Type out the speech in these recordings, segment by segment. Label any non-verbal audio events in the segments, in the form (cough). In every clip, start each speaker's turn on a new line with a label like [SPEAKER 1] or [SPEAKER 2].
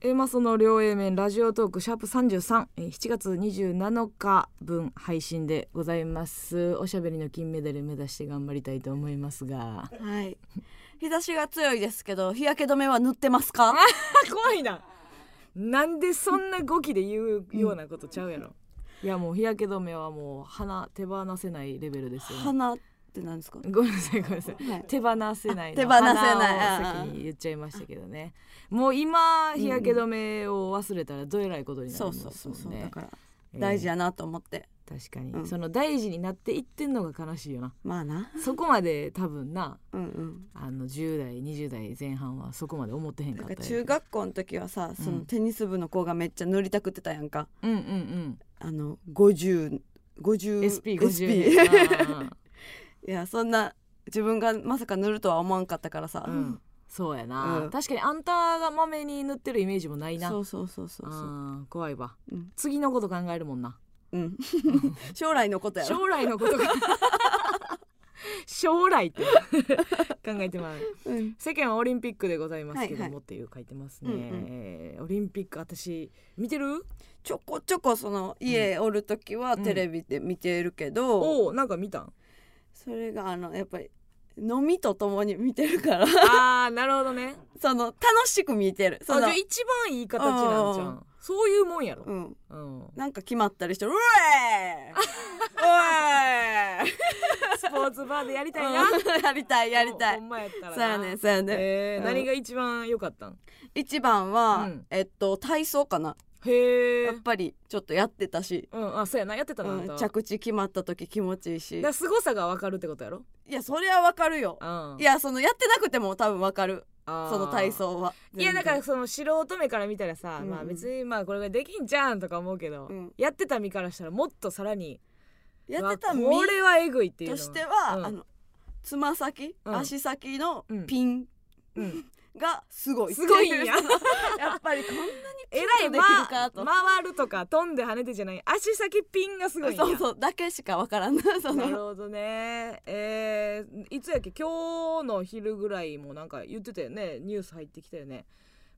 [SPEAKER 1] えー、まあその両 A 面ラジオトークシャープ337、えー、7月27日分配信でございますおしゃべりの金メダル目指して頑張りたいと思いますが
[SPEAKER 2] はい日差しが強いですけど日焼け止めは塗ってますか
[SPEAKER 1] 怖いななんでそんな語気で言うようなことちゃうやろ、いやもう日焼け止めはもう鼻手放せないレベルですよ、ね、
[SPEAKER 2] 花ってなんですか
[SPEAKER 1] ごめんなさいごめんなさい
[SPEAKER 2] はい
[SPEAKER 1] 手放せない
[SPEAKER 2] あ
[SPEAKER 1] の
[SPEAKER 2] 手放せない
[SPEAKER 1] 鼻を先に言っちゃいましたけどねもう今日焼け止めを忘れたらどえらいことになり
[SPEAKER 2] そ
[SPEAKER 1] ま
[SPEAKER 2] う
[SPEAKER 1] す
[SPEAKER 2] そうそうそ
[SPEAKER 1] も
[SPEAKER 2] うんだ
[SPEAKER 1] ね
[SPEAKER 2] から
[SPEAKER 1] えー
[SPEAKER 2] 大事やなと思って
[SPEAKER 1] 確かに、
[SPEAKER 2] うん
[SPEAKER 1] その大事になっていってんのが悲しいよな
[SPEAKER 2] まあな
[SPEAKER 1] そこまで多分な
[SPEAKER 2] うんうん
[SPEAKER 1] あの10代20代前半はそこまで思ってへん
[SPEAKER 2] なん
[SPEAKER 1] かっ
[SPEAKER 2] か
[SPEAKER 1] たよ
[SPEAKER 2] 中学校の時はさそのテニス部の子がめっちゃ塗りたくってたやんか
[SPEAKER 1] うんうん
[SPEAKER 2] あの
[SPEAKER 1] う
[SPEAKER 2] 5050
[SPEAKER 1] ん
[SPEAKER 2] (laughs) SP
[SPEAKER 1] SP50
[SPEAKER 2] いやそんな自分がまさか塗るとは思わんかったからさ、
[SPEAKER 1] うん、そうやな、
[SPEAKER 2] うん
[SPEAKER 1] 確かにあんたがまめに塗ってるイメージもないな
[SPEAKER 2] そうそうそうそうそう
[SPEAKER 1] うん怖いわ
[SPEAKER 2] うん、
[SPEAKER 1] 次のこと考えるもんな
[SPEAKER 2] (laughs) うん、将来のことやろ、
[SPEAKER 1] 将来の
[SPEAKER 2] (laughs)
[SPEAKER 1] ことが将来って考えてもらう
[SPEAKER 2] うん、
[SPEAKER 1] 世間はオリンピックでございますけども、
[SPEAKER 2] はいは
[SPEAKER 1] っていう書いてますね、
[SPEAKER 2] うんうん
[SPEAKER 1] えーオリンピック私見てる
[SPEAKER 2] ちょこちょこその家おる時は
[SPEAKER 1] うん
[SPEAKER 2] テレビで見てるけど、
[SPEAKER 1] おなんか見たん
[SPEAKER 2] それがあのやっぱり飲みとともに見てるから (laughs)
[SPEAKER 1] あーなるほどね
[SPEAKER 2] その楽しく見てる
[SPEAKER 1] あ
[SPEAKER 2] そ
[SPEAKER 1] じゃ
[SPEAKER 2] の
[SPEAKER 1] あ一番いい形なんじゃ
[SPEAKER 2] うん
[SPEAKER 1] そういうもんやろ、
[SPEAKER 2] うん
[SPEAKER 1] うん、
[SPEAKER 2] なんか決まったりして「う
[SPEAKER 1] (laughs)
[SPEAKER 2] えー!うえー
[SPEAKER 1] スポーツバーでやり」たいな、
[SPEAKER 2] (laughs) うんやりたいやりた
[SPEAKER 1] ほ
[SPEAKER 2] い
[SPEAKER 1] んまやったら
[SPEAKER 2] そ
[SPEAKER 1] な
[SPEAKER 2] うやねんそうやねん、
[SPEAKER 1] えー
[SPEAKER 2] うん
[SPEAKER 1] 何が一番良かったん
[SPEAKER 2] 一番は、
[SPEAKER 1] うん
[SPEAKER 2] えっと体操かな
[SPEAKER 1] へえ
[SPEAKER 2] やっぱりちょっとやってたし、
[SPEAKER 1] うんあそうやなやってたな、あんた
[SPEAKER 2] うん
[SPEAKER 1] は
[SPEAKER 2] 着地決まった時気持ちいいし
[SPEAKER 1] だから凄さが分かるってことやろ、
[SPEAKER 2] いやそれはわかるよ
[SPEAKER 1] うん
[SPEAKER 2] いやそのやってなくても多分わかる
[SPEAKER 1] あー
[SPEAKER 2] その体操はい
[SPEAKER 1] やだからその素人目から見たらさ、
[SPEAKER 2] うんうん
[SPEAKER 1] まあ別にまあこれができんじゃんとか思うけど、
[SPEAKER 2] うん
[SPEAKER 1] やってた身からしたらもっとさらに
[SPEAKER 2] やってた
[SPEAKER 1] う
[SPEAKER 2] 身
[SPEAKER 1] わこれはえぐいっていうの
[SPEAKER 2] と
[SPEAKER 1] は
[SPEAKER 2] しては、
[SPEAKER 1] うん
[SPEAKER 2] あのつま先、
[SPEAKER 1] うん
[SPEAKER 2] 足先の
[SPEAKER 1] うん
[SPEAKER 2] ピン
[SPEAKER 1] うん
[SPEAKER 2] がすごいって
[SPEAKER 1] す
[SPEAKER 2] う
[SPEAKER 1] ごいんや
[SPEAKER 2] (laughs) やっぱりこんなに
[SPEAKER 1] えらい、
[SPEAKER 2] で
[SPEAKER 1] ま
[SPEAKER 2] きるかと
[SPEAKER 1] 回るとか飛んで跳ねてじゃない足先ピンがすごいんや
[SPEAKER 2] そうそうだけしかわからんな (laughs) そ
[SPEAKER 1] なる
[SPEAKER 2] の
[SPEAKER 1] ほどねえー、いつやっけ今日の昼ぐらいもなんか言ってたよねニュース入ってきたよね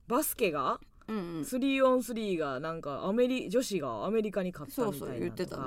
[SPEAKER 1] バスケが
[SPEAKER 2] うんうん
[SPEAKER 1] 3 on 3がなんかアメリ女子がアメリカに勝ったみたいなとか
[SPEAKER 2] そうそう言ってたね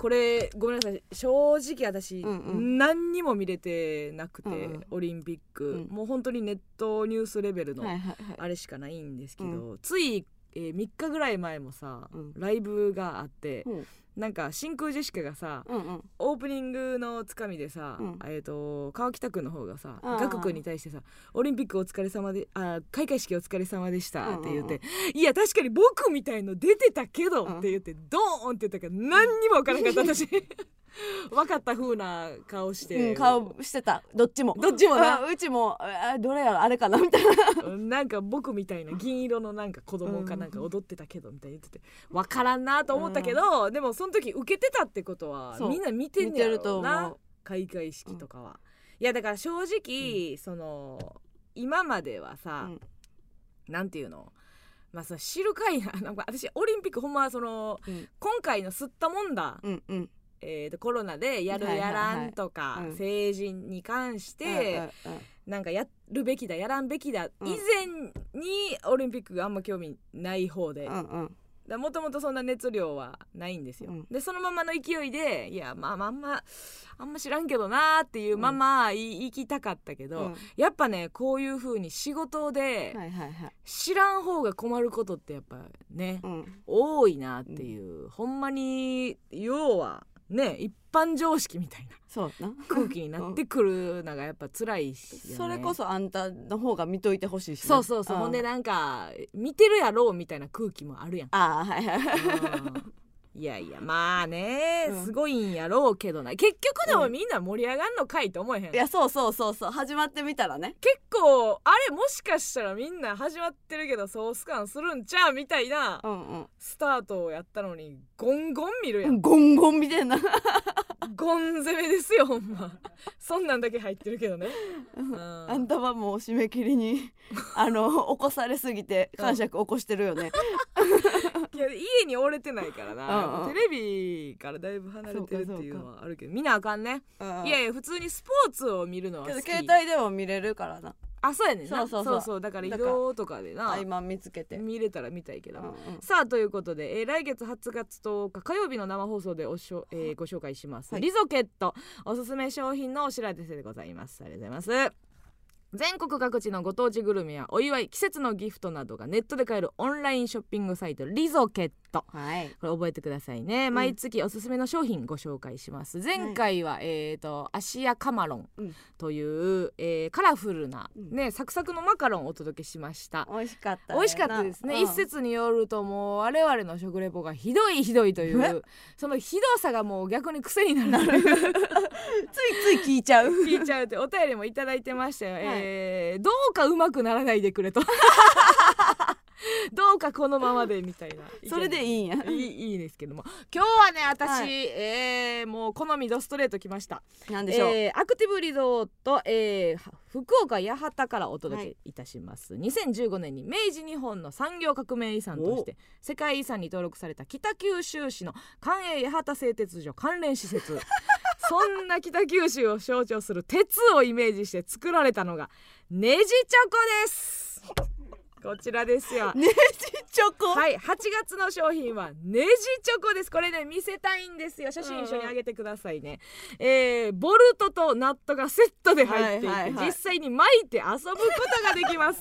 [SPEAKER 1] これごめんなさい正直私、
[SPEAKER 2] うんうん
[SPEAKER 1] 何にも見れてなくて、
[SPEAKER 2] うんうん
[SPEAKER 1] オリンピック、
[SPEAKER 2] うん
[SPEAKER 1] もう本当にネットニュースレベルの
[SPEAKER 2] はいはいはい
[SPEAKER 1] あれしかないんですけど、つい、え3日ぐらい前もさ、
[SPEAKER 2] うん
[SPEAKER 1] ライブがあって、
[SPEAKER 2] うん
[SPEAKER 1] なんか真空ジェシカがさ、
[SPEAKER 2] うんうん
[SPEAKER 1] オープニングのつかみでさ、
[SPEAKER 2] うん
[SPEAKER 1] えー、と川北君の方がさ
[SPEAKER 2] あー
[SPEAKER 1] ガク君に対してさ「オリンピックお疲れ様であー開会式お疲れ様でした」って言って「
[SPEAKER 2] う
[SPEAKER 1] いや確かに僕みたいの出てたけど」
[SPEAKER 2] うん
[SPEAKER 1] って言ってドーンって言ったから何にも分からなかった
[SPEAKER 2] (laughs)
[SPEAKER 1] 私分かった風な顔して、
[SPEAKER 2] うん、顔してたどっちも
[SPEAKER 1] どっちもな
[SPEAKER 2] あ (laughs) うちもあどれやろあれかなみたいな
[SPEAKER 1] なんか僕みたいな銀色のなんか子供かなんか踊ってたけどみたいに言ってて分からんなと思ったけど、でもその時受けてたってことは
[SPEAKER 2] そう
[SPEAKER 1] みんな見てんねや
[SPEAKER 2] 見てると
[SPEAKER 1] ろう
[SPEAKER 2] 思
[SPEAKER 1] な
[SPEAKER 2] う
[SPEAKER 1] 開会式とかは。いやだから正直、その今まではさ、なんていうのまあ、その知るかいな (laughs) なんか私オリンピックほんまその
[SPEAKER 2] うん
[SPEAKER 1] 今回の吸ったもんだ、
[SPEAKER 2] うんうん
[SPEAKER 1] えーとコロナでやる
[SPEAKER 2] はいはいは
[SPEAKER 1] や
[SPEAKER 2] い
[SPEAKER 1] らんとか、
[SPEAKER 2] うん
[SPEAKER 1] 成人に関して、
[SPEAKER 2] うんうんうん
[SPEAKER 1] なんかやるべきだやらんべきだ、
[SPEAKER 2] うん
[SPEAKER 1] 以前にオリンピックがあんま興味ない方で
[SPEAKER 2] うんうん
[SPEAKER 1] もともとそんな熱量はないんですよ、
[SPEAKER 2] うん
[SPEAKER 1] でそのままの勢いでいやまあまああんまあんま知らんけどなーっていうまま言い,、きたかったけど、
[SPEAKER 2] うん
[SPEAKER 1] やっぱねこういう風に仕事で
[SPEAKER 2] はいはいはい
[SPEAKER 1] 知らん方が困ることってやっぱね、
[SPEAKER 2] うん
[SPEAKER 1] 多いなっていう、ほんまに要はね一般常識みたいな
[SPEAKER 2] そうやな
[SPEAKER 1] 空気になってくるのがやっぱ辛いし、ね、
[SPEAKER 2] それこそあんたの方が見といてほしいしな
[SPEAKER 1] そうそうそう、
[SPEAKER 2] ん。
[SPEAKER 1] ほんでなんか見てるやろうみたいな空気もあるやん (laughs)
[SPEAKER 2] ああはいはい
[SPEAKER 1] うんいやいやまあね、
[SPEAKER 2] うん
[SPEAKER 1] すごいんやろうけどな結局で
[SPEAKER 2] う
[SPEAKER 1] も
[SPEAKER 2] ん
[SPEAKER 1] みんな盛り上がんのかいと思えへん、
[SPEAKER 2] い
[SPEAKER 1] 結
[SPEAKER 2] やそうそうそうそう始まってみたらね
[SPEAKER 1] 構あれもしかしたらみんな始まってるけどソース感するんちゃうみたいな
[SPEAKER 2] うん
[SPEAKER 1] スタートをやったのにゴンゴン見るや
[SPEAKER 2] うんんゴンゴンみたいな
[SPEAKER 1] ゴン攻めですよほん (laughs) まそんなんだけ入ってるけどね、うん、
[SPEAKER 2] あんたはもう締
[SPEAKER 1] (laughs)
[SPEAKER 2] め切りにあの起こされすぎて感触起こしてるよね
[SPEAKER 1] いや家に折れてないからな、
[SPEAKER 2] うんうん
[SPEAKER 1] テレビからだいぶ離れてるっていうのはあるけど見なあかんね、
[SPEAKER 2] うん
[SPEAKER 1] いやいや普通にスポーツを見るのは
[SPEAKER 2] け
[SPEAKER 1] 好
[SPEAKER 2] ど
[SPEAKER 1] き
[SPEAKER 2] 携帯でも見れるからな
[SPEAKER 1] あそうやねんな
[SPEAKER 2] そうそうそう
[SPEAKER 1] だから移動とかでな
[SPEAKER 2] 今見つけて、
[SPEAKER 1] 見れたら見たいけど
[SPEAKER 2] うんう
[SPEAKER 1] も、
[SPEAKER 2] ん
[SPEAKER 1] さあということで、えー来月8月10日火曜日の生放送でおしょ、えーご紹介します、
[SPEAKER 2] はい
[SPEAKER 1] リゾケットおすすめ商品のお知らせでございますありがとうございます全国各地のご当地グルメやお祝い季節のギフトなどがネットで買えるオンラインショッピングサイトリゾケット
[SPEAKER 2] はい
[SPEAKER 1] これ覚えてくださいね、
[SPEAKER 2] ん
[SPEAKER 1] 毎月おすすめの商品ご紹介します前回は、えー、とアシアカマロン
[SPEAKER 2] うん
[SPEAKER 1] という、えーカラフルな、
[SPEAKER 2] うん
[SPEAKER 1] ねサクサクのマカロンをお届けしました
[SPEAKER 2] 美味しかった
[SPEAKER 1] 美味しかったですね、一説によるともう我々の食レポがひどいひどいとい
[SPEAKER 2] え
[SPEAKER 1] うそのひどさがもう逆に癖になる
[SPEAKER 2] ついつい聞いちゃう
[SPEAKER 1] 聞いちゃうってお便りもいただいてましたよ、えーどうかうまくならないでく
[SPEAKER 2] (laughs)
[SPEAKER 1] れとどうかこのままでみたいな
[SPEAKER 2] (laughs) それでい
[SPEAKER 1] い
[SPEAKER 2] いんや
[SPEAKER 1] (laughs) い
[SPEAKER 2] (laughs)
[SPEAKER 1] いいですけども今日はね私、
[SPEAKER 2] はい
[SPEAKER 1] えーもう好みドストレート来ました
[SPEAKER 2] なんでしょう、
[SPEAKER 1] えーアクティブリゾート、えー福岡八幡からお届けいたします、2015年に明治日本の産業革命遺産として世界遺産に登録された北九州市の関営八幡製鉄所関連施設 (laughs) そんな北九州を象徴する鉄をイメージして作られたのがネジチョコですこちらですよ
[SPEAKER 2] ネジチョコ、
[SPEAKER 1] (laughs) はい、8月の商品はネジチョコです。これね、見せたいんですよ。写真一緒にあげてくださいね。えーボルトとナットがセットで入っていて、
[SPEAKER 2] はいはいはい
[SPEAKER 1] 実際に巻いて遊ぶことができ
[SPEAKER 2] (laughs)
[SPEAKER 1] ます。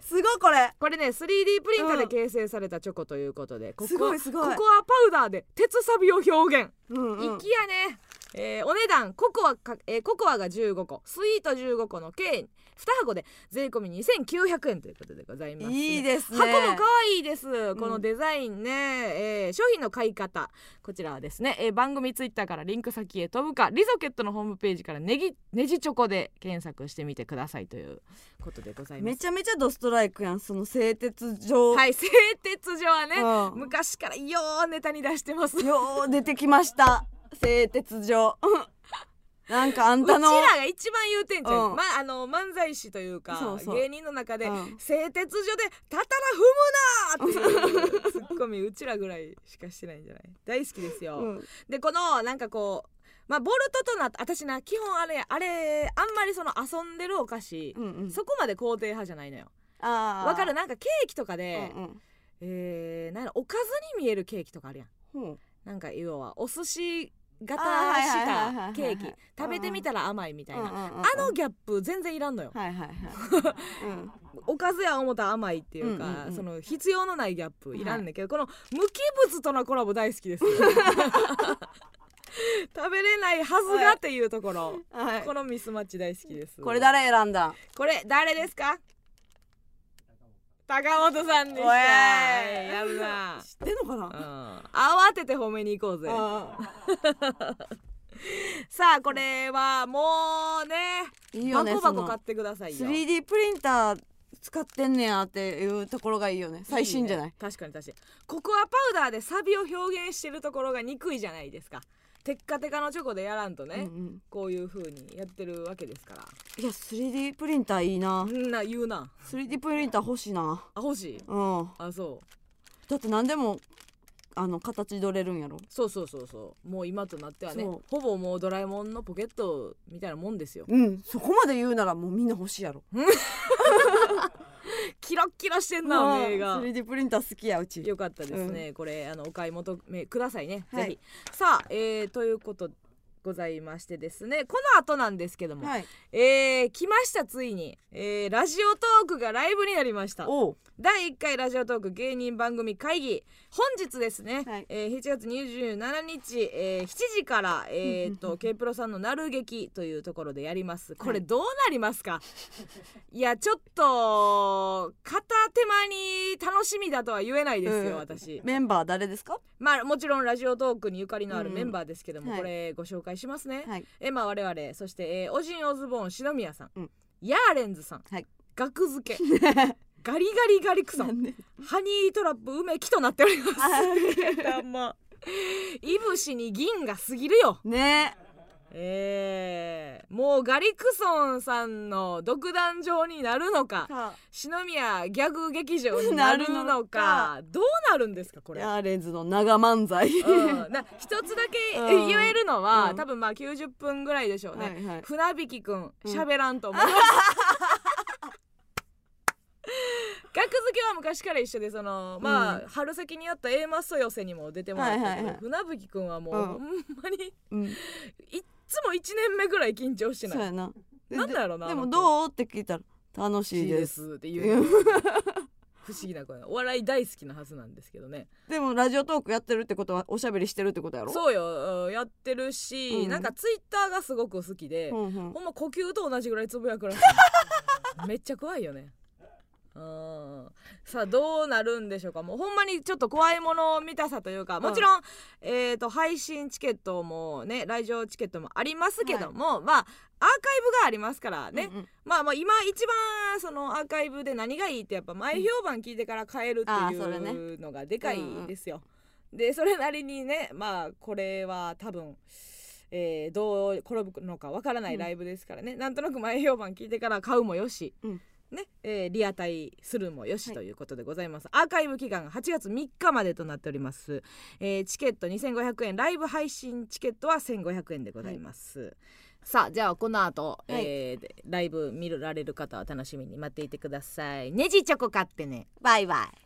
[SPEAKER 2] すごいこれ
[SPEAKER 1] これね、3D プリンターで形成されたチョコということで、ここ
[SPEAKER 2] すごいすごい
[SPEAKER 1] ココアパウダーで鉄サビを表現。
[SPEAKER 2] うんうん
[SPEAKER 1] 粋やね、えーお値段ココアか、えーココアが15個スイート15個の計2箱で税込み2900円ということでございます
[SPEAKER 2] いいですね
[SPEAKER 1] 箱も可愛いですこのデザインね、えー商品の買い方こちらはですね、えー番組ツイッターからリンク先へ飛ぶかリゾケットのホームページからネギネジチョコで検索してみてくださいということでございま
[SPEAKER 2] め
[SPEAKER 1] す
[SPEAKER 2] ちゃめちゃドストライクやんその製鉄場、
[SPEAKER 1] はい製鉄所はね、
[SPEAKER 2] うん
[SPEAKER 1] 昔からようネタに出してます
[SPEAKER 2] よう出てきました製鉄所 (laughs) なんかあんたの
[SPEAKER 1] うちらが一番言うてんじゃん、
[SPEAKER 2] うん
[SPEAKER 1] まあの漫才師というか
[SPEAKER 2] そうそう
[SPEAKER 1] 芸人の中で、
[SPEAKER 2] うん
[SPEAKER 1] 製鉄所で「たたら踏むな!」ってい
[SPEAKER 2] (laughs)
[SPEAKER 1] うツッコミうちらぐらいしかしてないんじゃない大好きですよ、
[SPEAKER 2] うん
[SPEAKER 1] でこのなんかこうまあボルトとな私な基本あれあれあんまりその遊んでるお菓子
[SPEAKER 2] う、んうん
[SPEAKER 1] そこまで肯定派じゃないのよ
[SPEAKER 2] あー
[SPEAKER 1] わかるなんかケーキとかで、
[SPEAKER 2] うんうん
[SPEAKER 1] えーなんやろおかずに見えるケーキとかあるやん
[SPEAKER 2] ほう
[SPEAKER 1] なんか要はお寿司型
[SPEAKER 2] あーはいはいはいはいは
[SPEAKER 1] したケー
[SPEAKER 2] いうん
[SPEAKER 1] キ
[SPEAKER 2] うん
[SPEAKER 1] 食べてみたら甘いみたいな、
[SPEAKER 2] うんうんうんうん
[SPEAKER 1] あのギャップ全然いらんのよ、
[SPEAKER 2] はいはいはい、
[SPEAKER 1] (laughs)
[SPEAKER 2] うん、
[SPEAKER 1] おかずや思ったら甘いっていうか、
[SPEAKER 2] うんうんうん
[SPEAKER 1] その必要のないギャップいらんねんけど、この無機物とのコラボ大好きです
[SPEAKER 2] (laughs)
[SPEAKER 1] 食べれないはずがっていうところ、
[SPEAKER 2] はい
[SPEAKER 1] このミスマッチ大好きです
[SPEAKER 2] これ誰選んだん
[SPEAKER 1] これ誰ですか高本さんでし
[SPEAKER 2] お
[SPEAKER 1] た
[SPEAKER 2] えー
[SPEAKER 1] やる
[SPEAKER 2] (laughs)
[SPEAKER 1] な
[SPEAKER 2] 知ってんのか
[SPEAKER 1] うん
[SPEAKER 2] な、
[SPEAKER 1] 慌てて褒めに行こうぜ
[SPEAKER 2] あ
[SPEAKER 1] さあこれはもうね
[SPEAKER 2] ーいいよ
[SPEAKER 1] バ
[SPEAKER 2] ね
[SPEAKER 1] コバコ買っ
[SPEAKER 2] そ
[SPEAKER 1] てくださいよ
[SPEAKER 2] の 3D プリンター使ってんねやっていうところがいいよね最新じゃない
[SPEAKER 1] ね確かに確かにココアパウダーでサビを表現してるところが憎いじゃないですかテッカテカのチョコでやらんとね、
[SPEAKER 2] うんうん、
[SPEAKER 1] こういう風にやってるわけですから
[SPEAKER 2] いや 3D プリンターいいな
[SPEAKER 1] あんな言うな
[SPEAKER 2] 3D プリンター欲しいな
[SPEAKER 1] あ欲しい
[SPEAKER 2] うん
[SPEAKER 1] あそう
[SPEAKER 2] だって何でもあの形取れるんやろ
[SPEAKER 1] そうそうそうそうもう今となってはね
[SPEAKER 2] そう
[SPEAKER 1] ほぼもうドラえもんのポケットみたいなもんですよ
[SPEAKER 2] うんそこまで言うならもうみんな欲しいやろ
[SPEAKER 1] キラッキラしてん
[SPEAKER 2] う
[SPEAKER 1] な目が
[SPEAKER 2] 3D プリンター好きやうち
[SPEAKER 1] よかったですね、これあのお買い求めくださいね、
[SPEAKER 2] はい
[SPEAKER 1] ぜひさあ、えーということございましてですねこの後なんですけども、
[SPEAKER 2] はい
[SPEAKER 1] えー来ましたついに、えーラジオトークがライブになりました
[SPEAKER 2] おう
[SPEAKER 1] 第1回ラジオトーク芸人番組会議本日ですね、
[SPEAKER 2] はい
[SPEAKER 1] えー7月27日、えー7時から、えー、
[SPEAKER 2] (laughs)
[SPEAKER 1] と K プロさんの「なる劇」というところでやりますこれどうなります
[SPEAKER 2] (laughs)
[SPEAKER 1] か、い、やちょっと片手間に楽しみだとは言えないですよ、
[SPEAKER 2] うん
[SPEAKER 1] 私
[SPEAKER 2] メンバー誰ですか
[SPEAKER 1] まあもちろんラジオトークにゆかりのあるメンバーですけども、
[SPEAKER 2] うんはい
[SPEAKER 1] これご紹介しますね、
[SPEAKER 2] はい
[SPEAKER 1] えまあ我々そして、えー、オジンオズボーン篠宮さん、
[SPEAKER 2] うん
[SPEAKER 1] ヤーレンズさん、
[SPEAKER 2] はい
[SPEAKER 1] 額付け
[SPEAKER 2] (laughs)
[SPEAKER 1] ガリガリガリクさん
[SPEAKER 2] なんで
[SPEAKER 1] ハニートラップ梅木となっております
[SPEAKER 2] あ
[SPEAKER 1] いぶしに銀が過ぎるよ
[SPEAKER 2] ね
[SPEAKER 1] えー、もうガリクソンさんの独壇場になるのか
[SPEAKER 2] か
[SPEAKER 1] 篠宮ギャグ劇場になるのか
[SPEAKER 2] なるのか
[SPEAKER 1] どうなるんですかこれ。
[SPEAKER 2] ヤーレンズの長漫才、
[SPEAKER 1] うん、な一つだけ
[SPEAKER 2] うん
[SPEAKER 1] 言えるのは、
[SPEAKER 2] うん
[SPEAKER 1] 多分まあ90分ぐらいでしょうね、
[SPEAKER 2] はいはい
[SPEAKER 1] 船引きくん
[SPEAKER 2] うん
[SPEAKER 1] 喋らんと思う、
[SPEAKER 2] (laughs)
[SPEAKER 1] 格付けは昔から一緒でそのまあ、
[SPEAKER 2] う
[SPEAKER 1] 春先にあった A マッソ寄せにも出てもらったけど、
[SPEAKER 2] はいはいはい
[SPEAKER 1] 船引きくんはもう、
[SPEAKER 2] うん
[SPEAKER 1] ほんまに
[SPEAKER 2] うん、
[SPEAKER 1] いっつも1年目ぐらい緊張して
[SPEAKER 2] そう
[SPEAKER 1] ない
[SPEAKER 2] やなで
[SPEAKER 1] なんだろうな
[SPEAKER 2] で
[SPEAKER 1] あ
[SPEAKER 2] も
[SPEAKER 1] の子
[SPEAKER 2] どうって聞いたら楽しい
[SPEAKER 1] いい
[SPEAKER 2] で
[SPEAKER 1] ですすって言う不思議な声お笑い大好きなはずなんですけどね
[SPEAKER 2] でもラジオトークやってるってことはおしゃべりしてるってことやろ
[SPEAKER 1] そうようんやってるし、
[SPEAKER 2] うん
[SPEAKER 1] なんかツイッターがすごく好きで、
[SPEAKER 2] うんうん
[SPEAKER 1] ほんま呼吸と同じぐらいつぶやくらしいめっちゃ怖いよねうんさあどうなるんでしょうかもうほんまにちょっと怖いもの見たさというかもちろん、えー、と配信チケットもね来場チケットもありますけども、まあアーカイブがありますからね、
[SPEAKER 2] うんうん
[SPEAKER 1] まあまあ今一番そのアーカイブで何がいいってやっぱ前評判聞いてから変える
[SPEAKER 2] あ
[SPEAKER 1] って
[SPEAKER 2] ーそれね
[SPEAKER 1] いうのがでかいですよ。でそれなりにねまあこれは多分、えーどう転ぶのかわからないライブですからね、なんとなく前評判聞いてから買うもよし、
[SPEAKER 2] うん
[SPEAKER 1] ねえーリアタイするもよし
[SPEAKER 2] はい
[SPEAKER 1] ということでございます、アーカイブ期間が8月3日までとなっております、えーチケット2500円ライブ配信チケットは1500円でございます、さあじゃあこの後、
[SPEAKER 2] はい
[SPEAKER 1] えーでライブ見られる方は楽しみに待っていてくださいネジチョコ買ってね
[SPEAKER 2] バイバイ